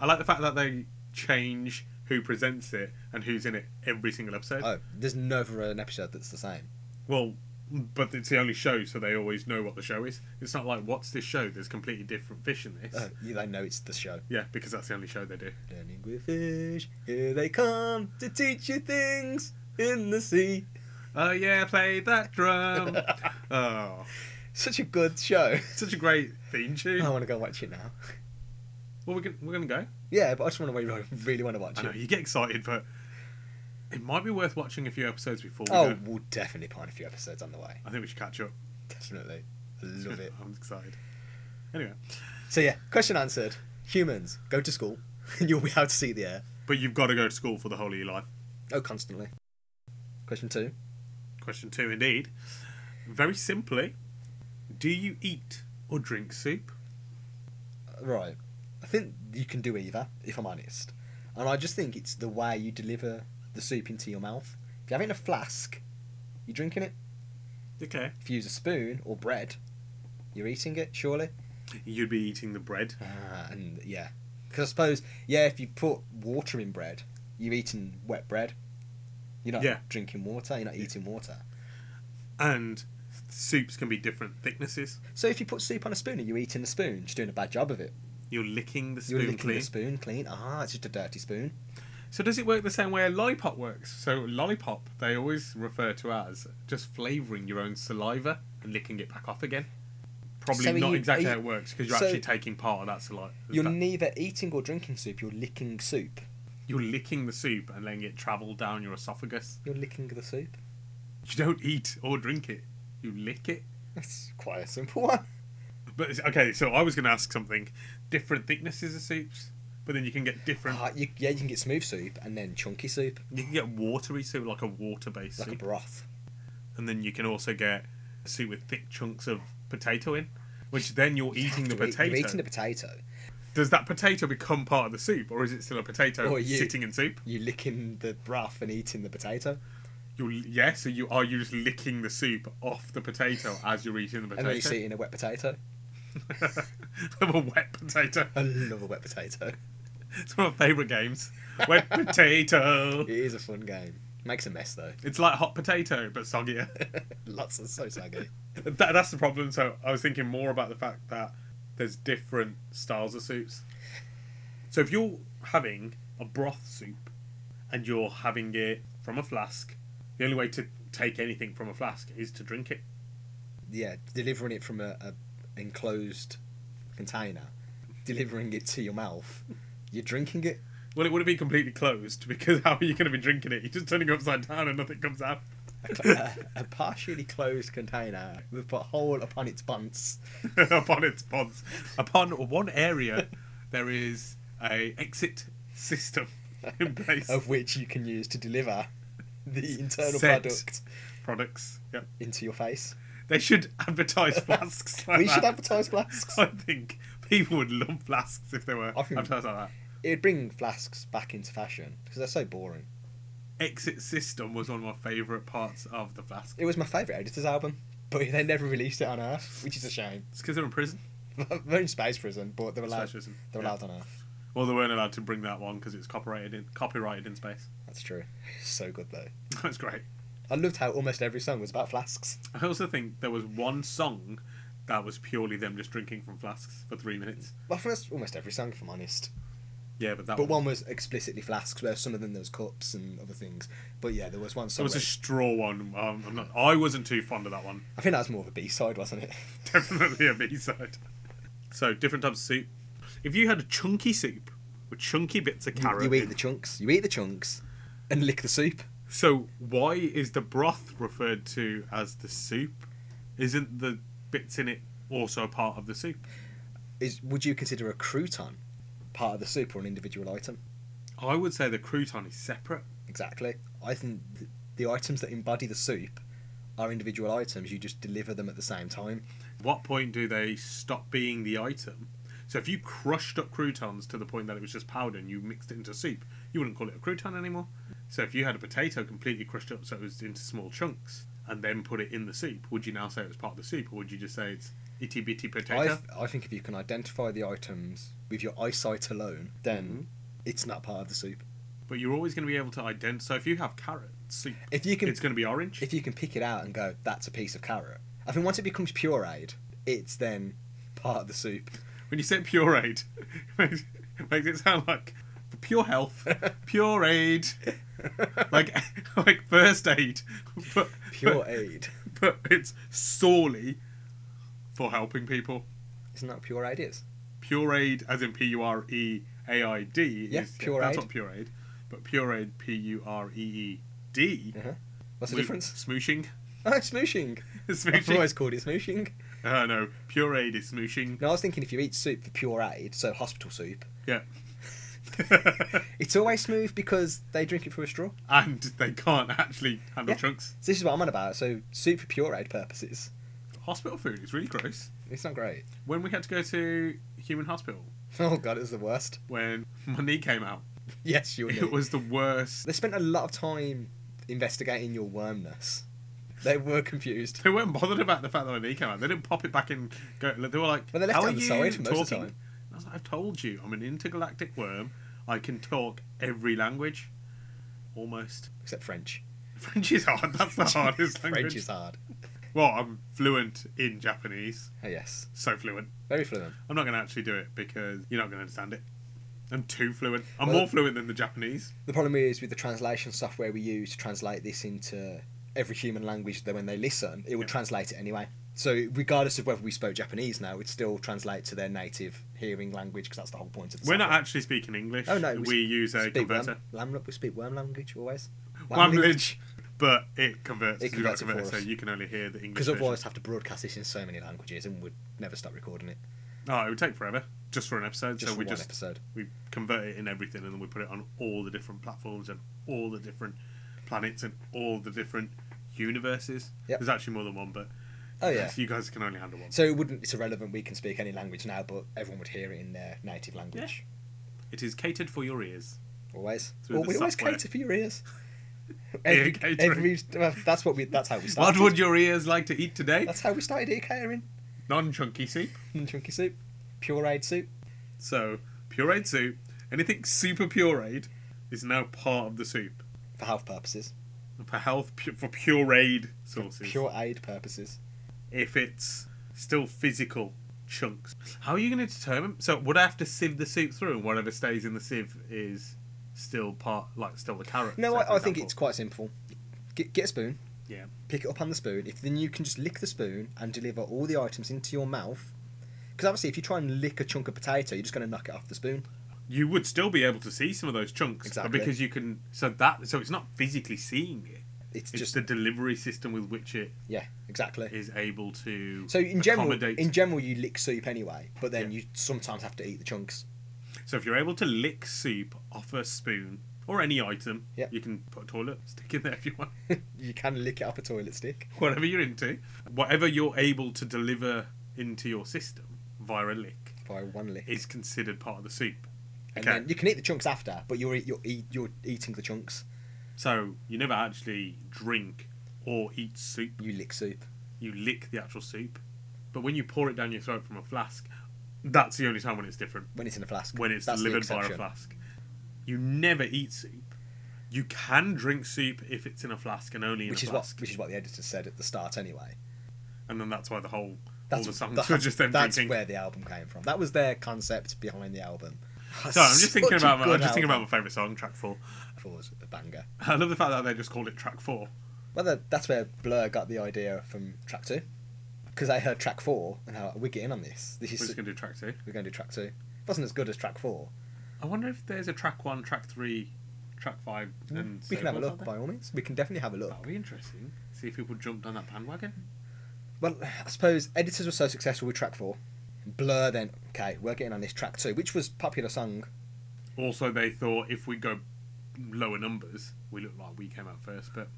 I like the fact that they change who presents it and who's in it every single episode. Oh, there's never an episode that's the same. Well, but it's the only show, so they always know what the show is. It's not like, what's this show? There's completely different fish in this. Oh, you they know it's the show. Yeah, because that's the only show they do. Learning with fish. Here they come to teach you things in the sea. Oh, yeah, play that drum. oh, Such a good show. such a great theme tune. I want to go watch it now. Well, we're going we're gonna go. Yeah, but I just want to really want to watch I know, it. you get excited, but it might be worth watching a few episodes before we Oh, go. we'll definitely find a few episodes on the way. I think we should catch up. Definitely. I love it. I'm excited. Anyway, So yeah, question answered. Humans go to school, and you'll be able to see the air. but you've got to go to school for the whole of your life. Oh, constantly. Question two. Question two, indeed. Very simply, do you eat or drink soup? Uh, Right. I think you can do either, if I'm honest. And I just think it's the way you deliver the soup into your mouth. If you have it in a flask, you're drinking it. Okay. If you use a spoon or bread, you're eating it, surely. You'd be eating the bread. Ah, and yeah. Because I suppose, yeah, if you put water in bread, you're eating wet bread. You're not Yeah. drinking water, you're not eating water. And soups can be different thicknesses. So if you put soup on a spoon, are you eating the spoon? Just doing a bad job of it. You're licking the You're spoon licking clean. the spoon clean. Ah, it's just a dirty spoon. So does it work the same way a lollipop works? So lollipop, they always refer to as just flavouring your own saliva and licking it back off again. Probably So are not you- exactly are how you- it works because you're so- actually taking part of that saliva. You're that- neither eating or drinking soup. You're licking soup. you're licking the soup and letting it travel down your esophagus. You're licking the soup. You don't eat or drink it. You lick it. That's quite a simple one. But it's- okay, so I was going to ask something. Different thicknesses of soups, but then you can get different. Ah, you, yeah, you can get smooth soup and then chunky soup, You can get watery soup, like a water-based like a soup, broth. and then you can also get soup with thick chunks of potato in, which then you're eating the You're eat- potato. You're eating the potato. Does that potato become part of the soup, or is it still a potato Or you. sitting in soup? You're licking the broth and eating the potato, You're, yeah, so you are you just licking the soup off the potato as you're eating the and then you're potato. eating a wet potato. I'm a wet potato. I love a wet potato. It's one of my favourite games. Wet potato. It is a fun game. Makes a mess though. It's like hot potato, but soggier. Lots of so saggy. that, that's the problem. So I was thinking more about the fact that there's different styles of soups. So if you're having a broth soup and you're having it from a flask, the only way to take anything from a flask is to drink it. Yeah, delivering it from a, a enclosed container, delivering it to your mouth. You're drinking it. Well, it wouldn't be completely closed because how are you going to be drinking it? You're just turning it upside down and nothing comes out. a, cl- a, a partially closed container with put a hole upon its bunts. upon its pods, upon one area, there is a exit system in place. Of which you can use to deliver the internal Set. product Products. Yep. into your face. They should advertise flasks like we that. should advertise flasks. I think people would love flasks if they were I think- advertised like that. It'd bring flasks back into fashion because they're so boring. Exit System was one of my favourite parts of the flask. It was my favourite Editors album, but they never released it on Earth, which is a shame. It's because they're in prison. they're in space prison, but they're allowed. Space prison. They're Yeah. allowed on Earth. Well, they weren't allowed to bring that one because it's copyrighted in copyrighted in space. That's true. So good though. That's great. I loved how almost every song was about flasks. I also think there was one song that was purely them just drinking from flasks for three minutes. Well, first, almost every song, if I'm honest. Yeah, but that But one was explicitly flasks, where some of them there was cups and other things. But yeah, there was one It song. was a where- straw one. Um, I'm not. I wasn't too fond of that one. I think that was more of a B side, wasn't it? Definitely a B side. So different types of soup. If you had a chunky soup with chunky bits of You, carrot, you eat the chunks. You eat the chunks, and lick the soup. so why is the broth referred to as the soup? Isn't the bits in it also part of the soup? Is would you consider a crouton part of the soup or an individual item? I would say the crouton is separate. Exactly. I think th- the items that embody the soup are individual items. You just deliver them at the same time. What point do they stop being the item? So if you crushed up croutons to the point that it was just powder and you mixed it into soup, you wouldn't call it a crouton anymore. So if you had a potato completely crushed up so it was into small chunks and then put it in the soup, would you now say it was part of the soup or would you just say it's itty bitty potato? I, th- I think if you can identify the items with your eyesight alone, then Mm-hmm. it's not part of the soup. But you're always going to be able to identify. So if you have carrot soup, If you can it's going to be orange. if you can pick it out and go, that's a piece of carrot. I think once it becomes pureed, it's then part of the soup. When you say pure aid, makes, makes it sound like for pure health, pure aid, like like first aid, but Pure aid. but, but it's solely for helping people. Isn't that what pure aid is? Pure aid, as in P U R E A I D, Yeah, is pure that's aid. not pure aid, but pure aid, P U R E E D. Uh-huh. What's the Mo- difference? Smooshing. Oh, it's smooshing. I've smooshing. always called it smooshing. Uh, no, pure aid is smooshing. No, I was thinking if you eat soup for pure aid, so hospital soup, Yeah. it's always smooth because they drink it through a straw. and they can't actually handle Yeah. chunks. So this is what I'm on about. So soup for pure aid purposes, Hospital food is really gross. it's not great. when we had to go to human hospital Oh god, it was the worst. when my knee came out Yes, you. it was the worst They spent a lot of time investigating your wormness. They were confused. they weren't bothered about the fact that my knee came out they didn't pop it back and go they were like Well, they left how it are on the you side talking most of the time. And i was like i've told you i'm an intergalactic worm i can talk every language almost Except French. french Oh, is hard that's the hardest language French is hard. well i'm fluent in japanese Oh, yes. so fluent Very fluent. i'm not going to actually do it because you're not going to understand it i'm too fluent i'm Well- more fluent than the japanese The problem is with the translation software we use to translate this into every human language that when they listen, it would Yeah. translate it anyway. So regardless of whether we spoke Japanese now, it'd still translate to their native hearing language because that's the whole point of the we're not software. actually speaking english Oh, no, we, we use a speak converter worm, lam- we speak worm language always. Wamblage. But it converts. It You've got converts to it convert for so us. you can only hear the English. Because version. otherwise, I'd have to broadcast this in so many languages and would never stop recording it. oh, it would take forever just for an episode. Just so for we one just episode. we convert it in everything, and then we put it on all the different platforms and all the different planets and all the different universes. Yep. There's actually more than one, but Oh yeah. you guys can only handle one. So it wouldn't. It's irrelevant. We can speak any language now, but everyone would hear it in their native language. It is catered for your ears. Always. Through Well, the we always software. cater for your ears. Ear Every, catering. every well, that's what we. That's how we started. What would your ears like to eat today? That's how we started ear catering. Non-chunky soup. Chunky soup, pureed soup. So pureed soup. Anything super pureed is now part of the soup For health purposes, for health pu- for pureed sources. pure aid purposes. if it's still physical chunks. How are you going to determine? So would I have to sieve the soup through, and whatever stays in the sieve is still part, like still the carrot? No, say, for I, I think example? it's quite simple. Get, get a spoon, yeah. pick it up on the spoon. If then you can just lick the spoon and deliver all the items into your mouth. Because obviously, if you try and lick a chunk of potato, you're just going to knock it off the spoon. You would still be able to see some of those chunks, but Exactly. because you can. So that so it's not physically seeing it. It's, It's just the delivery system with which it yeah, exactly. is able to. So in general, accommodate. in general, you lick soup anyway, but then you sometimes have to eat the chunks. so if you're able to lick soup off a spoon or any item, Yeah. you can put a toilet stick in there if you want. you can lick it up a toilet stick. whatever you're into, whatever you're able to deliver into your system via a lick by one lick, is considered part of the soup. and Okay, then you can eat the chunks after, but you're eat- you're eat- you're eating the chunks. so you never actually drink or eat soup. You lick soup. You lick the actual soup, but when you pour it down your throat from a flask, That's the only time when it's different. when it's in a flask. When it's That's the delivered by a exception. flask. You never eat soup. You can drink soup if it's in a flask and only in which a is what flask. which is what the editor said at the start anyway. And then that's why the whole That's all the songs that- were just them That's drinking. where the album came from. That was their concept behind the album. So I'm just thinking Such a about my, I'm good just thinking about album. my favourite song, track four. Four was a banger. I love the fact that they just called it track four. Whether that's where Blur got the idea from track two, because they heard track four and how like, we're getting on this. This We're is just gonna do track two. we're going to do track two. It wasn't as good as track four. I wonder if there's a track one, track three, track five, and Mm, we can have a circles out look there. by all means. We can definitely have a look. That'll be interesting. See if people jumped on that bandwagon. Well, I suppose editors were so successful with track four. Blur then okay, we're getting on this track two, which was popular song. Also, they thought if we go lower numbers, we look like we came out first. But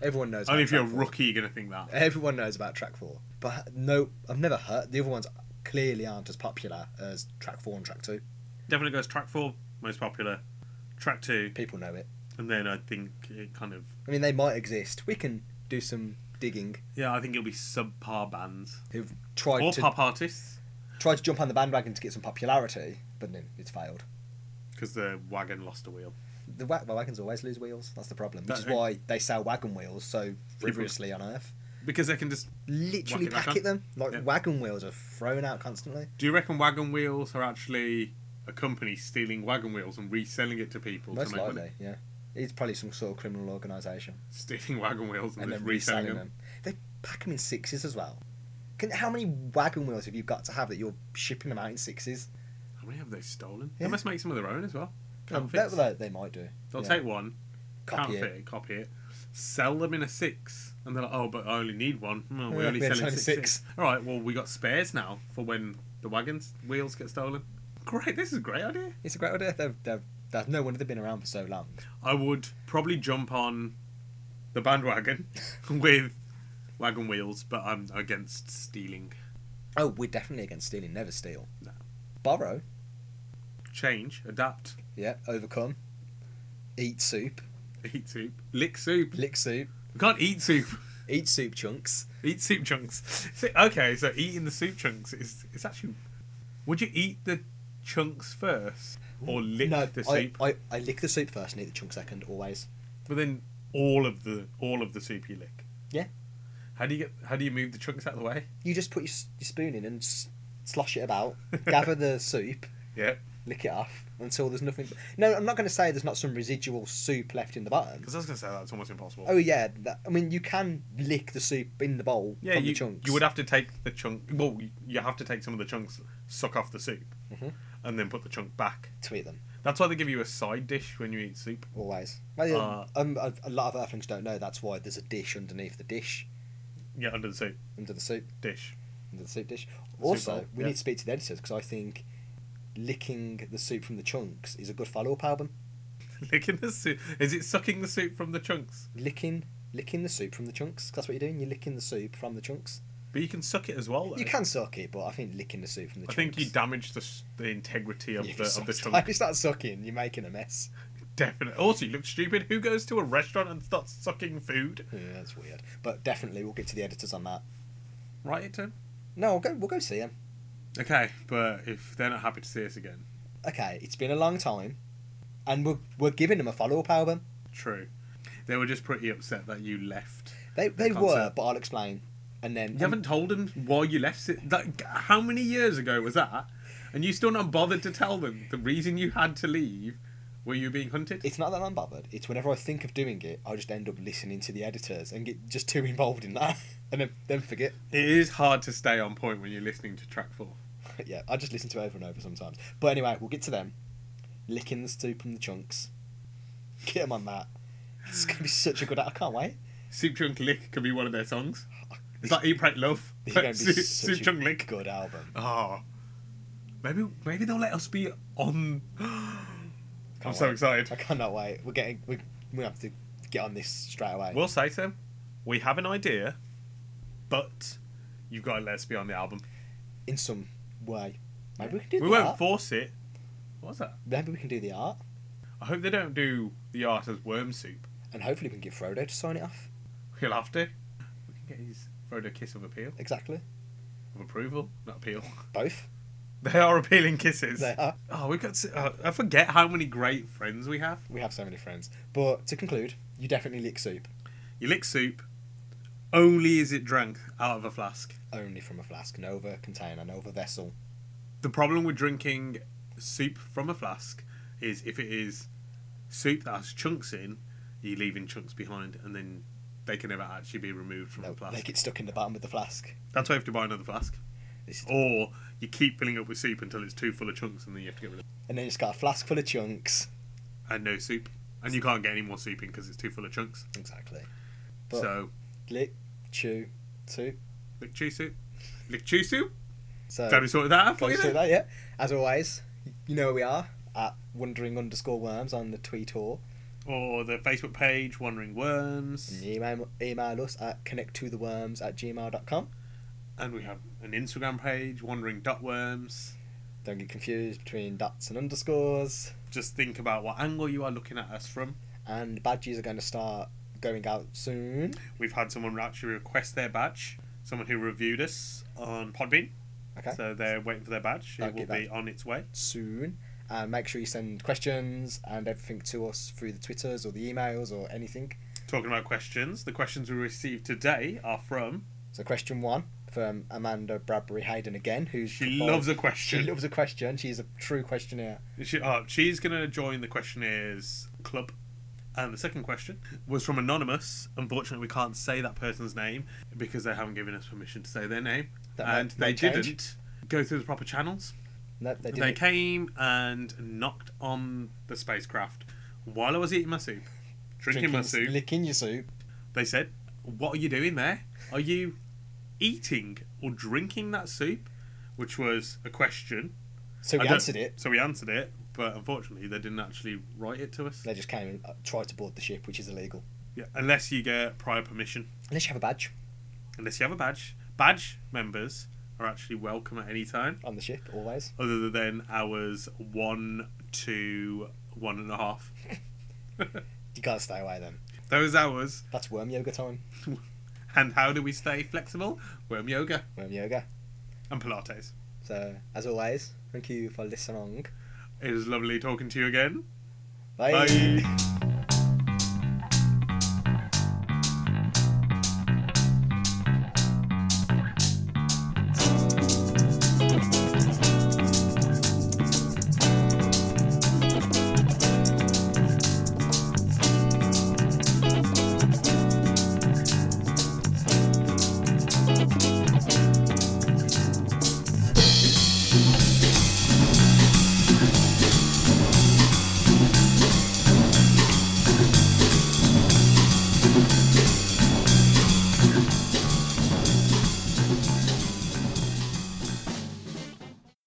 Everyone knows. only about if you're a track four. Eh. rookie, you're gonna think that. Everyone knows about track four, but no, I've never heard the other ones. Clearly, aren't as popular as track four and track two. Definitely goes track four, most popular. Track two, People know it. and then I think it kind of I mean, they might exist. We can do some digging. yeah. I think it'll be subpar bands Who've tried or to pop artists tried to jump on the bandwagon to get some popularity, but then it's failed. because the wagon lost a wheel. The wa- well, wagons always lose wheels. That's the problem, which That- is why they sell wagon wheels so frivolously on Earth. Because they can just. literally Whack it back packet on. them. Like Yeah. wagon wheels are thrown out constantly. Do you reckon wagon wheels are actually a company stealing wagon wheels and reselling it to people Most to make likely, money? yeah. It's probably some sort of criminal organisation, Stealing wagon wheels and, and just then reselling, reselling them. them. They pack them in sixes as well. Can, how many wagon wheels have you got to have that you're shipping them out in sixes? How many Oh, have they stolen? Yeah. They must make some of their own as well. Um, Counterfeits. that, that they might do. They'll yeah. take one, Copy counterfeit it. it, copy it, sell them in a six, and they're like, oh, but I only need one. No, we're Yeah, only we had selling only six. six. All right, well, we got spares now for when the wagons wheels get stolen. Great, this is a great idea. It's a great idea. They've, they've, they've, no wonder they've been around for so long. I would probably jump on the bandwagon with wagon wheels, but I'm against stealing. Oh, we're definitely against stealing. Never steal. No. Borrow. Change, adapt, Yeah. Overcome. Eat soup. eat soup, lick soup. Lick soup. We can't eat soup. Eat soup chunks. Eat soup chunks. So- okay, so eating the soup chunks is it's actually. Would you eat the chunks first or lick no, the I, soup? I, I lick the soup first and eat the chunk second, always. But then all of the all of the soup you lick. Yeah. How do you get? How do you move the chunks out of the way? You just put your, s- your spoon in and s- slosh it about, gather the soup, Yeah, lick it off until there's nothing. No, I'm not going to say there's not some residual soup left in the bottom. because I was gonna say that's almost impossible. Oh, yeah. That, I mean, you can lick the soup in the bowl yeah, from you, the chunks. you would have to take the chunk. Well, you- you have to take some of the chunks, suck off the soup, Mhm. and then put the chunk back. to eat them, That's why they give you a side dish when you eat soup. always. Well, yeah, Uh, um, a, a lot of earthlings don't know that's why there's a dish underneath the dish, Yeah, under the soup under the soup, dish. under the soup dish. Also, bowl, we yeah. need to speak to the editors because I think licking the soup from the chunks is a good follow up album. Licking the soup. Is it sucking the soup from the chunks? licking licking the soup from the chunks. 'cause That's what you're doing. You're licking the soup from the chunks. But you can suck it as well. Though. You can suck it, but I think licking the soup from the I chunks. think you damage the s- the integrity of You the of start- the chunk. If you start sucking, you're making a mess. Definitely. Also, you look stupid. Who goes to a restaurant and starts sucking food? Yeah, that's weird. But definitely, we'll get to the editors on that. Right, it down. No, we'll go. We'll go see him. Okay, but if they're not happy to see us again, Okay, it's been a long time, and we're we're giving them a follow up album. true. They were just pretty upset that you left. They they can't were, say. but I'll explain. And then You haven't told them why you left. It. Like, how many years ago was that? And you still not bothered to tell them the reason you had to leave. Were you being hunted? It's not that I'm bothered. It's whenever I think of doing it, I just end up listening to the editors and get just too involved in that, and then, then forget. It is hard to stay on point when you're listening to track four. yeah, I just listen to it over and over sometimes. But anyway, we'll get to them. Licking the stew from the chunks. Get them on that. It's going to be such a good. I can't wait. Soup Chunk Lick could be one of their songs. It's like Eat, Pray, Love. This is but going to be Soup, such Soup a Ah. Chunk Lick. good album. Oh. Maybe, maybe they'll let us be on. I'm Can't so wait. excited. I cannot wait. We're getting. We we have to get on this straight away. We'll say so. We have an idea, but you've got to let us be on the album. In some way, maybe we can do We the won't art. force it. What was that? maybe we can do the art, I hope they don't do the art as worm soup. and hopefully we can get Frodo to sign it off. He'll have to. We can get his Frodo kiss of appeal, Exactly. of approval, not appeal. Both. They are appealing kisses. They are. Oh, we've got. s uh, I forget how many great friends we have. We have so many friends. But to conclude, you definitely lick soup You lick soup. Only is it drank out of a flask. only from a flask, no other container, no other vessel. The problem with drinking soup from a flask is if it is soup that has chunks in, you're leaving chunks behind, and then they can never actually be removed from No, the flask. they get stuck in the bottom of the flask. That's why you have to buy another flask. This is- Or you keep filling up with soup until it's too full of chunks, and then you have to get rid of And then it's got a flask full of chunks. it. And no soup. And you can't get any more soup in because it's too full of chunks. Exactly. But- so, Lick, chew, soup. lick chew soup. Lick chew soup. So Glad we sorted that out Uh, Can for we you say then. that, yeah. As always, you know where we are at wondering underscore worms on the tweet or Or the Facebook page, Wandering Worms. email, email us at connect to the worms at gmail.com. And we have an Instagram page, Wandering Dot Worms. Don't get confused between dots and underscores. Just think about what angle you are looking at us from. And badges are going to start going out soon. We've had someone actually request their badge. Someone who reviewed us on Podbean. Okay. So they're waiting for their badge. I'll It will get that. be on its way. Soon. And make sure you send questions and everything to us through the Twitters or the emails or anything. Talking about questions, the questions we received today are from. So, question one from Amanda Bradbury Hayden again, who's She provided- loves a she question. She loves a question. She's a true questionnaire. oh, she's going to join the questionnaires club. And the second question was from Anonymous. Unfortunately, we can't say that person's name because they haven't given us permission to say their name. That might- and they might change. didn't go through the proper channels. No, they didn't. They came and knocked on the spacecraft while I was eating my soup, drinking, my soup. Licking your soup. they said, "What are you doing there? Are you eating or drinking that soup?" Which was a question. So I we don't- answered it. So we answered it, but unfortunately, they didn't actually write it to us. They just came and uh, tried to board the ship, which is illegal. Yeah, unless you get prior permission, Unless you have a badge unless you have a badge. Badge members are actually welcome at any time, on the ship, always. other than hours one to one and a half. You gotta stay away then. Those hours That's worm yoga time. And how do we stay flexible? Worm yoga Worm yoga. and Pilates. So, as always, thank you for listening. It was lovely talking to you again. Bye. Bye.